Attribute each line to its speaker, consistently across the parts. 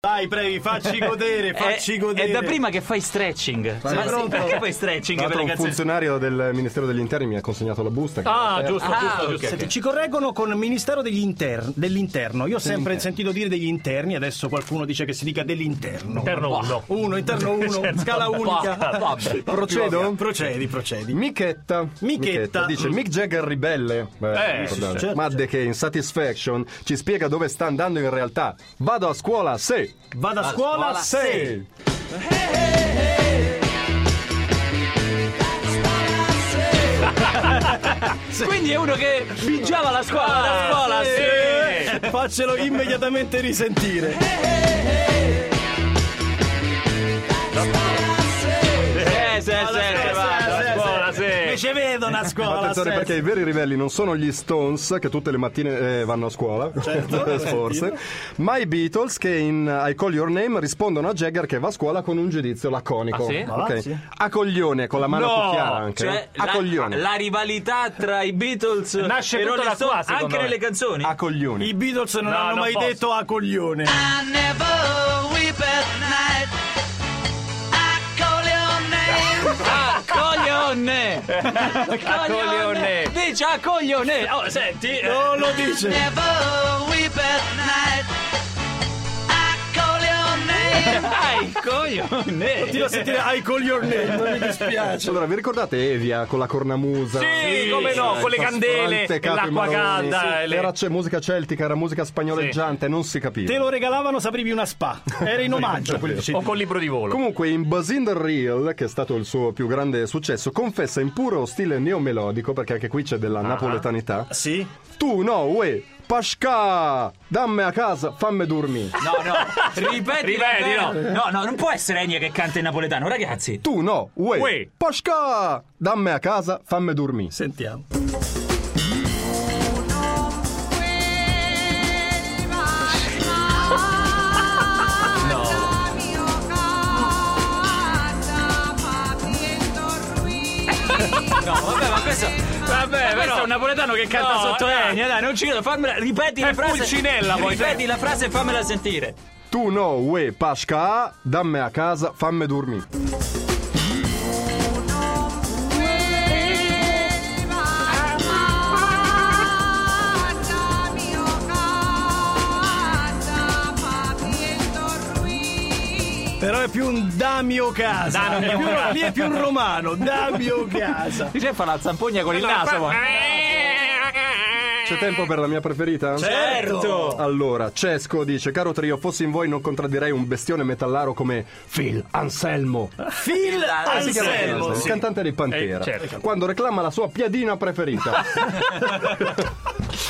Speaker 1: Dai, previ, facci godere, facci
Speaker 2: Eh, è,
Speaker 1: godere.
Speaker 2: è da prima che fai stretching.
Speaker 3: Vai,
Speaker 2: Ma
Speaker 3: vai.
Speaker 2: sì,
Speaker 3: Pronto?
Speaker 2: perché fai stretching
Speaker 3: Tra
Speaker 2: per
Speaker 3: l'altro
Speaker 2: le
Speaker 3: un
Speaker 2: cazzette?
Speaker 3: funzionario del Ministero degli Interni mi ha consegnato la busta. che era
Speaker 2: Eh,
Speaker 4: Ah,
Speaker 3: aperta.
Speaker 4: giusto, giusto, giusto.
Speaker 2: ok,
Speaker 1: Senti,
Speaker 2: ok.
Speaker 1: Ci correggono con Ministero degli Inter- dell'Interno. Io ho sempre sentito dire degli interni, adesso qualcuno dice che si dica dell'interno.
Speaker 4: Interno 1.
Speaker 1: Uno, interno uno, scala unica.
Speaker 2: vabbè.
Speaker 3: Procedo?
Speaker 1: Procedi, procedi.
Speaker 3: Michetta.
Speaker 1: Michetta.
Speaker 3: Dice
Speaker 1: Mm.
Speaker 3: Mick Jagger ribelle. Beh,
Speaker 4: Eh,
Speaker 3: ricordate.
Speaker 1: sì, certo,
Speaker 3: Madde che in Satisfaction ci spiega dove sta andando in realtà. Vado a scuola, sì.
Speaker 1: Vado a scuola,
Speaker 2: scuola,
Speaker 1: sei.
Speaker 2: Quindi è uno che bigiava la scuola, la scuola, sì.
Speaker 1: Eh, Ah, Faccelo immediatamente risentire.
Speaker 2: Eh, sì, sì, Eh, sì, vado.
Speaker 1: sì, sì.
Speaker 4: Buonasera.
Speaker 1: E ci vedo una scuola.
Speaker 3: Attenzione
Speaker 1: sei.
Speaker 3: perché i veri ribelli non sono gli Stones che tutte le mattine eh, vanno a scuola, forse, ma i Beatles che in I Call Your Name rispondono a Jagger che va a scuola con un giudizio laconico.
Speaker 4: Ah, sì?
Speaker 3: Ok.
Speaker 1: Ah, sì.
Speaker 3: A coglione, con la mano
Speaker 4: No!
Speaker 3: più chiara anche. eh?
Speaker 2: Cioè,
Speaker 3: a
Speaker 2: la,
Speaker 3: coglione.
Speaker 2: la rivalità tra i Beatles
Speaker 4: Nasce
Speaker 2: e
Speaker 4: tutta
Speaker 2: Rolling
Speaker 4: da qua,
Speaker 2: Stone,
Speaker 4: secondo
Speaker 2: anche
Speaker 4: me.
Speaker 2: nelle canzoni.
Speaker 3: A coglione.
Speaker 1: I Beatles non
Speaker 4: No,
Speaker 1: hanno
Speaker 4: non
Speaker 1: mai
Speaker 4: posso.
Speaker 1: detto a coglione.
Speaker 5: I never weep at night. I call your name.
Speaker 2: Ah, coglione! coglione! Dice a coglione! Oh, senti! eh,
Speaker 1: Non lo dice.
Speaker 5: never weep at night. I call your name.
Speaker 2: Ai, coglione!
Speaker 1: Continua a sentire I call your name, non mi dispiace.
Speaker 3: Allora, vi ricordate Evia con la cornamusa?
Speaker 4: Sì, come no, con le candele, e
Speaker 3: Frantecato i
Speaker 4: l'acqua
Speaker 3: maroni.
Speaker 4: calda. e le-
Speaker 3: Era c'è musica celtica, era musica spagnoleggiante, non si capiva.
Speaker 1: Te lo regalavano se aprivi una spa. Era in omaggio quel CD.
Speaker 4: O col libro di volo.
Speaker 3: Comunque, in Buzz in the Real, che è stato il suo più grande successo, confessa in puro stile neomelodico, perché anche qui c'è della
Speaker 4: Ah.
Speaker 3: napoletanità.
Speaker 1: Sì.
Speaker 3: Tu no, uè, Pasca, dammi a casa, fammi dormire.
Speaker 2: No, no, ripeti,
Speaker 4: Ripeti, no.
Speaker 2: davvero. no, no, non può essere Enya che canta in napoletano, ragazzi.
Speaker 3: Tu no, uè,
Speaker 4: Uè.
Speaker 3: Pasca, dammi a casa, fammi dormire.
Speaker 1: Sentiamo.
Speaker 2: No, vabbè, ma questo,
Speaker 4: Vabbè,
Speaker 2: questo è un napoletano che canta
Speaker 4: No, eh,
Speaker 2: sotto
Speaker 4: dai.
Speaker 2: Enya, dai, non ci credo, fammela, ripeti
Speaker 4: È
Speaker 2: la frase.
Speaker 4: Pulcinella, poi, te.
Speaker 2: Ripeti la frase e fammela sentire.
Speaker 3: Tu no, uè, Pasca, dammi a casa, fammi dormire.
Speaker 1: Però è più un Damio Casa.
Speaker 4: Damio
Speaker 1: È più-
Speaker 4: Casa.
Speaker 1: Lì è più un romano. Damio Casa.
Speaker 2: Dice fa la zampogna con il naso. poi.
Speaker 3: C'è tempo per la mia preferita?
Speaker 2: Certo!
Speaker 3: Allora, Cesco dice, caro trio, fossi in voi non contraddirei un bestione metallaro come Phil Anselmo.
Speaker 1: Phil
Speaker 2: Ah,
Speaker 3: Si chiama
Speaker 1: Anselmo.
Speaker 3: Anselmo, il cantante dei Pantera.
Speaker 4: Eh, certo.
Speaker 3: Quando reclama la sua piadina preferita,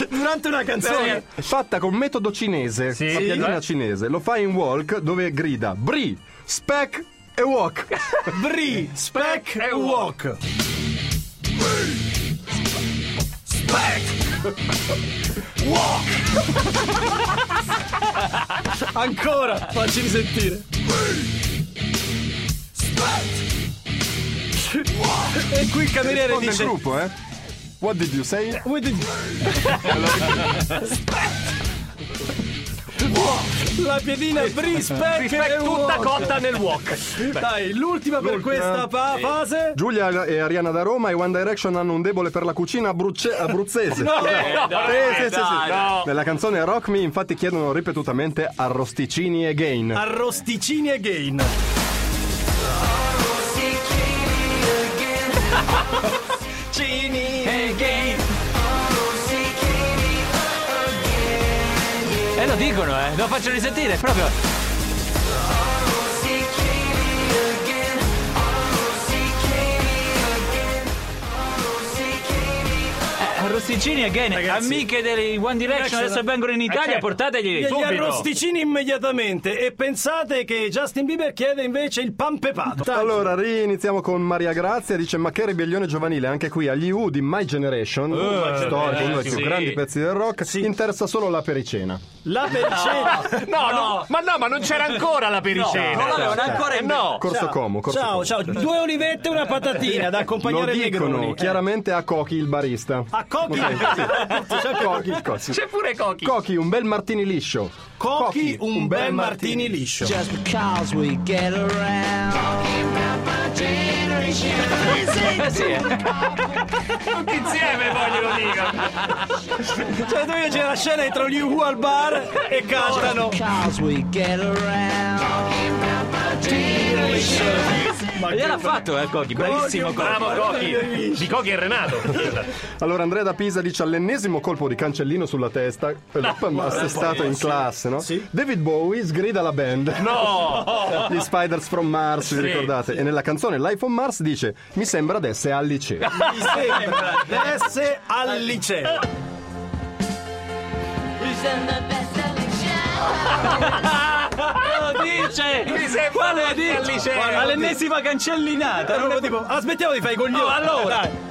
Speaker 1: Durante una canzone.
Speaker 3: fatta con metodo cinese,
Speaker 4: Sì.
Speaker 3: la piadina
Speaker 4: Eh.
Speaker 3: cinese, lo fa in walk dove grida Bri, Spec e Walk.
Speaker 1: Bri, Spec e Walk. Spec. Walk. Ancora. Facci risentire. E qui il cameriere
Speaker 3: Risponde il
Speaker 1: dice...
Speaker 3: gruppo, eh? What did you say?
Speaker 1: With the- La piedina Brisbane
Speaker 4: È tutta cotta nel wok.
Speaker 1: Dai, l'ultima per questa pa- fase.
Speaker 3: Giulia e Ariana da Roma e One Direction hanno un debole per la cucina abrucce- abruzzese. Scusate.
Speaker 4: no, eh,
Speaker 3: Sì, sì, sì, sì.
Speaker 4: dai, no.
Speaker 3: Nella canzone Rock Me infatti chiedono ripetutamente arrosticini e gain.
Speaker 4: Ah,
Speaker 1: Arrosticini again.
Speaker 2: Eh, lo dicono, eh, lo faccio risentire, proprio. Eh, Arrosticini again,
Speaker 1: Ragazzi.
Speaker 2: amiche dei One Direction adesso vengono in Italia,
Speaker 4: certo.
Speaker 2: portategli.
Speaker 1: Gli
Speaker 4: Subito.
Speaker 1: arrosticini immediatamente. E pensate che Justin Bieber chiede invece il pan pepato.
Speaker 3: Allora, riiniziamo con Maria Grazia, dice ma che ribellione giovanile, anche qui agli U di My Generation, storico, uno dei più
Speaker 4: Eh, sì.
Speaker 3: grandi pezzi del rock, interessa solo la pericena.
Speaker 1: La pericena.
Speaker 4: No, no, ma no, ma non c'era ancora la pericena.
Speaker 2: non l'avevano ancora in
Speaker 4: no.
Speaker 3: Corso Como, Corso
Speaker 1: Ciao,
Speaker 3: Como.
Speaker 1: ciao. Due olivette e una patatina da
Speaker 3: Lo
Speaker 1: accompagnare ai
Speaker 3: dicono
Speaker 4: eh.
Speaker 1: negroni.
Speaker 3: chiaramente a Cochi il barista.
Speaker 1: A Cochi.
Speaker 3: C'è Cochi. Cochi.
Speaker 4: C'è pure Cochi.
Speaker 3: Cochi, un bel martini liscio.
Speaker 1: Cochi, un bel martini Cioè, liscio.
Speaker 5: Just because we get around. Talking about my generation. Is it
Speaker 2: sì, eh.
Speaker 4: Tutti insieme poi glielo dico.
Speaker 1: Cioè, dove c'è la scena entro gli U al bar e cantano.
Speaker 5: because we get around. Talking about my generation.
Speaker 2: Gliel'ha fatto, eh, Cochi. Bravissimo, Cochi.
Speaker 4: Bravo Cochi. Di Cochi e Renato.
Speaker 3: Allora Andrea da Pisa dice all'ennesimo colpo di cancellino sulla testa, eh, ma assestato in classe, no? David Bowie sgrida la band.
Speaker 4: No.
Speaker 3: Gli Spiders from Mars, vi ricordate? E nella canzone Life on Mars dice "Mi sembra di essere al liceo".
Speaker 1: Mi sembra di essere al liceo.
Speaker 2: Lo dice!
Speaker 4: Mi sembra
Speaker 2: Quale
Speaker 4: Cochi al
Speaker 2: dice?
Speaker 4: liceo.
Speaker 2: Guarda, All'ennesima cancellinata.
Speaker 1: Allora, tipo, aspettiamo di fare i coglioni.
Speaker 2: No, allora.
Speaker 1: Dai.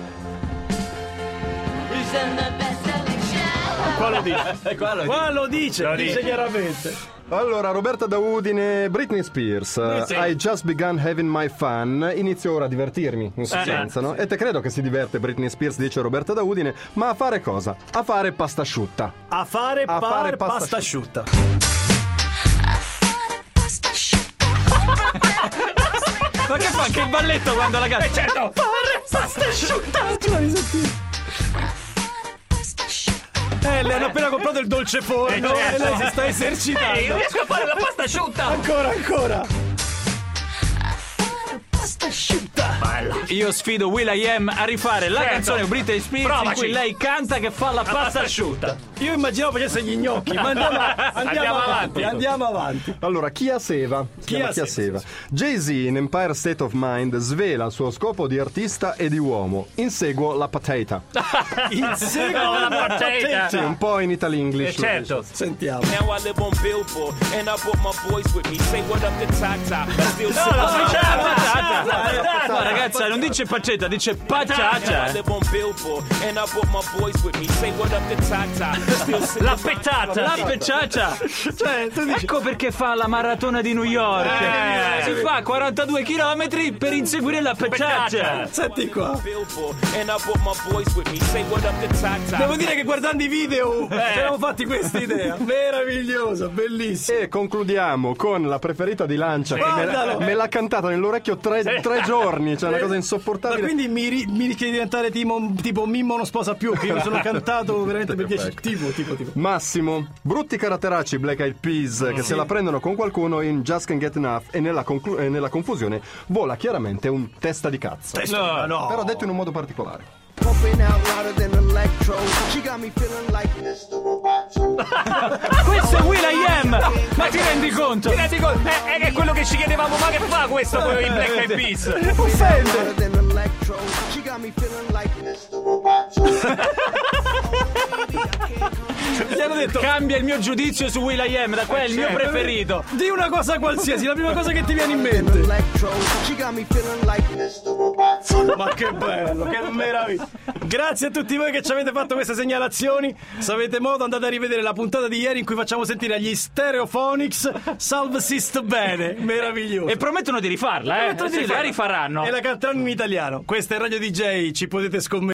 Speaker 2: Qua lo dice.
Speaker 1: Qua lo dice, dice
Speaker 4: Lo dice.
Speaker 1: chiaramente.
Speaker 3: Allora Roberta da Udine, Britney Spears, I just began having my fun, inizio ora a divertirmi, in sostanza, no? E te credo che si diverte Britney Spears, dice Roberta da Udine, ma a fare cosa? A fare pasta asciutta.
Speaker 1: A fare,
Speaker 3: A
Speaker 1: par-
Speaker 3: fare pasta
Speaker 1: pasta asciutta.
Speaker 2: Ma che fa anche il balletto quando la canta? certo!
Speaker 1: Eh, le hanno appena comprato il dolce forno e lei si sta esercitando.
Speaker 4: Ehi, non Eh, riesco a fare la pasta asciutta.
Speaker 1: Ancora, ancora.
Speaker 2: Io sfido Will.i.am a rifare la
Speaker 4: Certo.
Speaker 2: canzone Britney Spears in
Speaker 4: Provaci.
Speaker 2: cui lei canta che fa la pasta asciutta.
Speaker 1: Io immaginavo facesse gli gnocchi, ma andiamo, andiamo
Speaker 4: Andiamo
Speaker 1: avanti.
Speaker 4: avanti.
Speaker 1: Andiamo avanti.
Speaker 3: Allora, chi Seva? Si
Speaker 1: Chia
Speaker 3: chiama Chia
Speaker 1: Seva,
Speaker 3: Seva. Jay-Z in Empire State of Mind svela il suo scopo di artista e di uomo. Inseguo la patata.
Speaker 1: Inseguo
Speaker 4: No,
Speaker 1: la
Speaker 4: Eh, la partita.
Speaker 3: Sì, un po' in Italy
Speaker 4: Eh,
Speaker 3: English.
Speaker 4: certo.
Speaker 1: Sentiamo.
Speaker 6: Now I live on Billboard, and I brought my boys with me. Say what up to Tata. I still sit
Speaker 2: La
Speaker 4: no,
Speaker 2: patata,
Speaker 4: no,
Speaker 2: patata.
Speaker 3: no, no, no,
Speaker 2: Ma
Speaker 3: no,
Speaker 2: ragazza, non dice pancetta, dice
Speaker 6: Now I
Speaker 2: patata.
Speaker 6: live on Billboard, and I brought my boys with me. Say what up to Tata. I still sit
Speaker 4: La
Speaker 6: with my-
Speaker 4: pettata.
Speaker 2: La pecciaccia.
Speaker 4: Cioè,
Speaker 2: Ecco perché fa la maratona di New York.
Speaker 4: Eh.
Speaker 2: Si fa 42 km per inseguire la pecciaccia.
Speaker 1: Senti qua.
Speaker 6: Billboard, and I brought my boys with me. Say what up to Tata.
Speaker 1: Devo dire che guardando i video ci eravamo fatti questa idea. Meravigliosa, bellissima.
Speaker 3: E concludiamo con la preferita di Lancia che me
Speaker 1: Guardalo.
Speaker 3: l'ha, me l'ha cantata nell'orecchio tre, tre giorni, cioè una cosa
Speaker 1: Ma
Speaker 3: insopportabile.
Speaker 1: quindi mi, ri- mi rischia di diventare tipo, tipo Mimmo non sposa più, che io mi sono cantato veramente per 10 tipo, tipo, tipo.
Speaker 3: Massimo, brutti caratteracci Black Eyed Peas che se la prendono con qualcuno in Just Can Get Enough e nella, conclu- e nella confusione vola chiaramente un testa di cazzo.
Speaker 1: No, no.
Speaker 3: Però detto in un modo particolare.
Speaker 7: Pumping out louder than electro. She got me feeling like Mr. Roboto.
Speaker 2: Questo è Will.i.am. Ma ti rendi conto?
Speaker 4: Ti rendi conto? Eh, eh, È quello che ci chiedevamo, ma che fa questo poi in Black Eyed Peas?
Speaker 7: louder than electro. She got me feeling like Mr. Roboto.
Speaker 1: Gli hanno detto
Speaker 2: Cambia il mio giudizio su Will.i.am, da qua è il mio
Speaker 4: Certo.
Speaker 2: preferito.
Speaker 1: di una cosa qualsiasi, la prima cosa che ti viene in mente.
Speaker 7: electro. She got me feeling like Mr. Roboto.
Speaker 1: Ma che bello, che meraviglia! Grazie a tutti voi che ci avete fatto queste segnalazioni. Se avete modo andate a rivedere la puntata di ieri in cui facciamo sentire agli Stereophonics Salve Sist Bene, meraviglioso.
Speaker 2: E promettono di rifarla, eh.
Speaker 1: Promettono di
Speaker 2: Sì, la
Speaker 1: rifarla.
Speaker 2: rifaranno.
Speaker 1: E la canteranno in italiano. Questa è Radio DJ, ci potete scommettere.